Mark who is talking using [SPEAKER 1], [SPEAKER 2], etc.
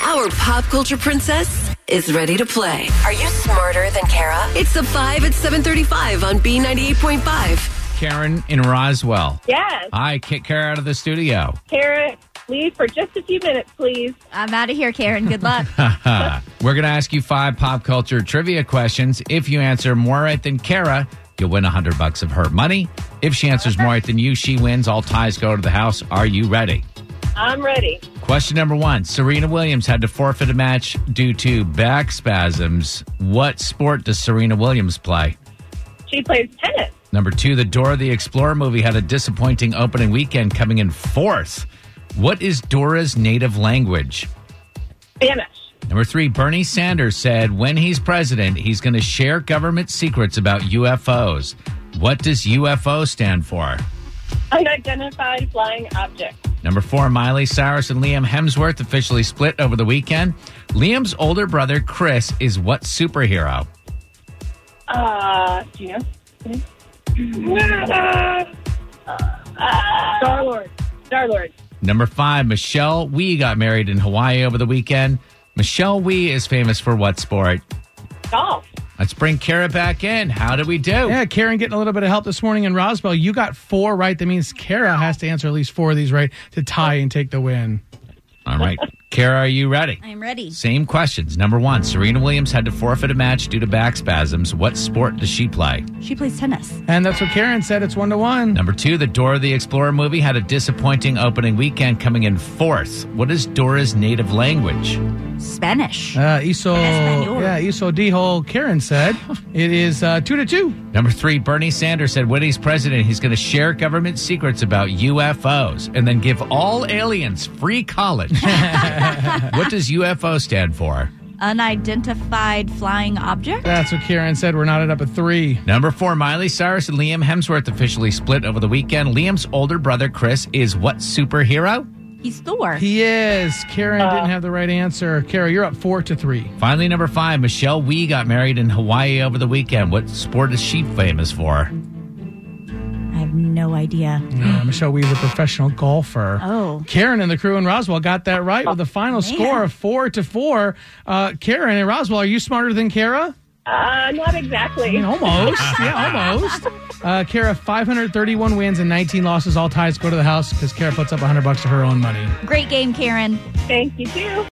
[SPEAKER 1] Our pop culture princess is ready to play.
[SPEAKER 2] Are you smarter than Kara?
[SPEAKER 1] It's the 5 at 735 on B98.5.
[SPEAKER 3] Karen in Roswell.
[SPEAKER 4] Yes.
[SPEAKER 3] I kick Karen out of the studio.
[SPEAKER 4] Karen, leave for just a few minutes, please.
[SPEAKER 5] I'm out of here, Karen. Good luck.
[SPEAKER 3] Huh. We're going to ask you five pop culture trivia questions. If you answer more right than Kara, you'll win 100 bucks of her money. If she answers more right than you, she wins. All ties go to the house. Are you ready?
[SPEAKER 4] I'm ready.
[SPEAKER 3] Question number one Serena Williams had to forfeit a match due to back spasms. What sport does Serena Williams play?
[SPEAKER 4] She plays tennis.
[SPEAKER 3] Number two, the Dora the Explorer movie had a disappointing opening weekend coming in fourth. What is Dora's native language?
[SPEAKER 4] Spanish.
[SPEAKER 3] Number three, Bernie Sanders said when he's president, he's going to share government secrets about UFOs. What does UFO stand for?
[SPEAKER 4] Unidentified flying object.
[SPEAKER 3] Number four, Miley Cyrus and Liam Hemsworth officially split over the weekend. Liam's older brother, Chris, is what superhero?
[SPEAKER 4] Uh, do you know? Star Lord. Star Lord.
[SPEAKER 3] Number five, Michelle Wee got married in Hawaii over the weekend. Michelle Wee is famous for what sport?
[SPEAKER 4] Golf.
[SPEAKER 3] Let's bring Kara back in. How did we do?
[SPEAKER 6] Yeah, Karen getting a little bit of help this morning in Roswell. You got four right. That means Kara has to answer at least four of these right to tie and take the win.
[SPEAKER 3] All right. Kara, are you ready?
[SPEAKER 5] I'm ready.
[SPEAKER 3] Same questions. Number one, Serena Williams had to forfeit a match due to back spasms. What sport does she play?
[SPEAKER 5] She plays tennis.
[SPEAKER 6] And that's what Karen said. It's one to one.
[SPEAKER 3] Number two, the Dora the Explorer movie had a disappointing opening weekend coming in fourth. What is Dora's native language?
[SPEAKER 5] Spanish.
[SPEAKER 6] Uh, Iso,
[SPEAKER 5] Espanol.
[SPEAKER 6] yeah, Iso Dihol. Karen said it is uh, two to two.
[SPEAKER 3] Number three, Bernie Sanders said when he's president, he's going to share government secrets about UFOs and then give all aliens free college. what does UFO stand for?
[SPEAKER 5] Unidentified flying object.
[SPEAKER 6] That's what Karen said. We're knotted up at three.
[SPEAKER 3] Number four, Miley Cyrus and Liam Hemsworth officially split over the weekend. Liam's older brother, Chris, is what superhero?
[SPEAKER 5] He's Thor.
[SPEAKER 6] He is. Karen
[SPEAKER 5] Uh.
[SPEAKER 6] didn't have the right answer. Kara, you're up four to three.
[SPEAKER 3] Finally, number five, Michelle Wee got married in Hawaii over the weekend. What sport is she famous for?
[SPEAKER 5] I have no idea.
[SPEAKER 6] Yeah, Uh, Michelle Wee's a professional golfer.
[SPEAKER 5] Oh.
[SPEAKER 6] Karen and the crew in Roswell got that right with a final score of four to four. Uh, Karen and Roswell, are you smarter than Kara?
[SPEAKER 4] Uh, not exactly.
[SPEAKER 6] I mean, almost. yeah, almost. Uh, Kara, 531 wins and 19 losses. All ties go to the house because Kara puts up 100 bucks of her own money.
[SPEAKER 5] Great game, Karen.
[SPEAKER 4] Thank you, too.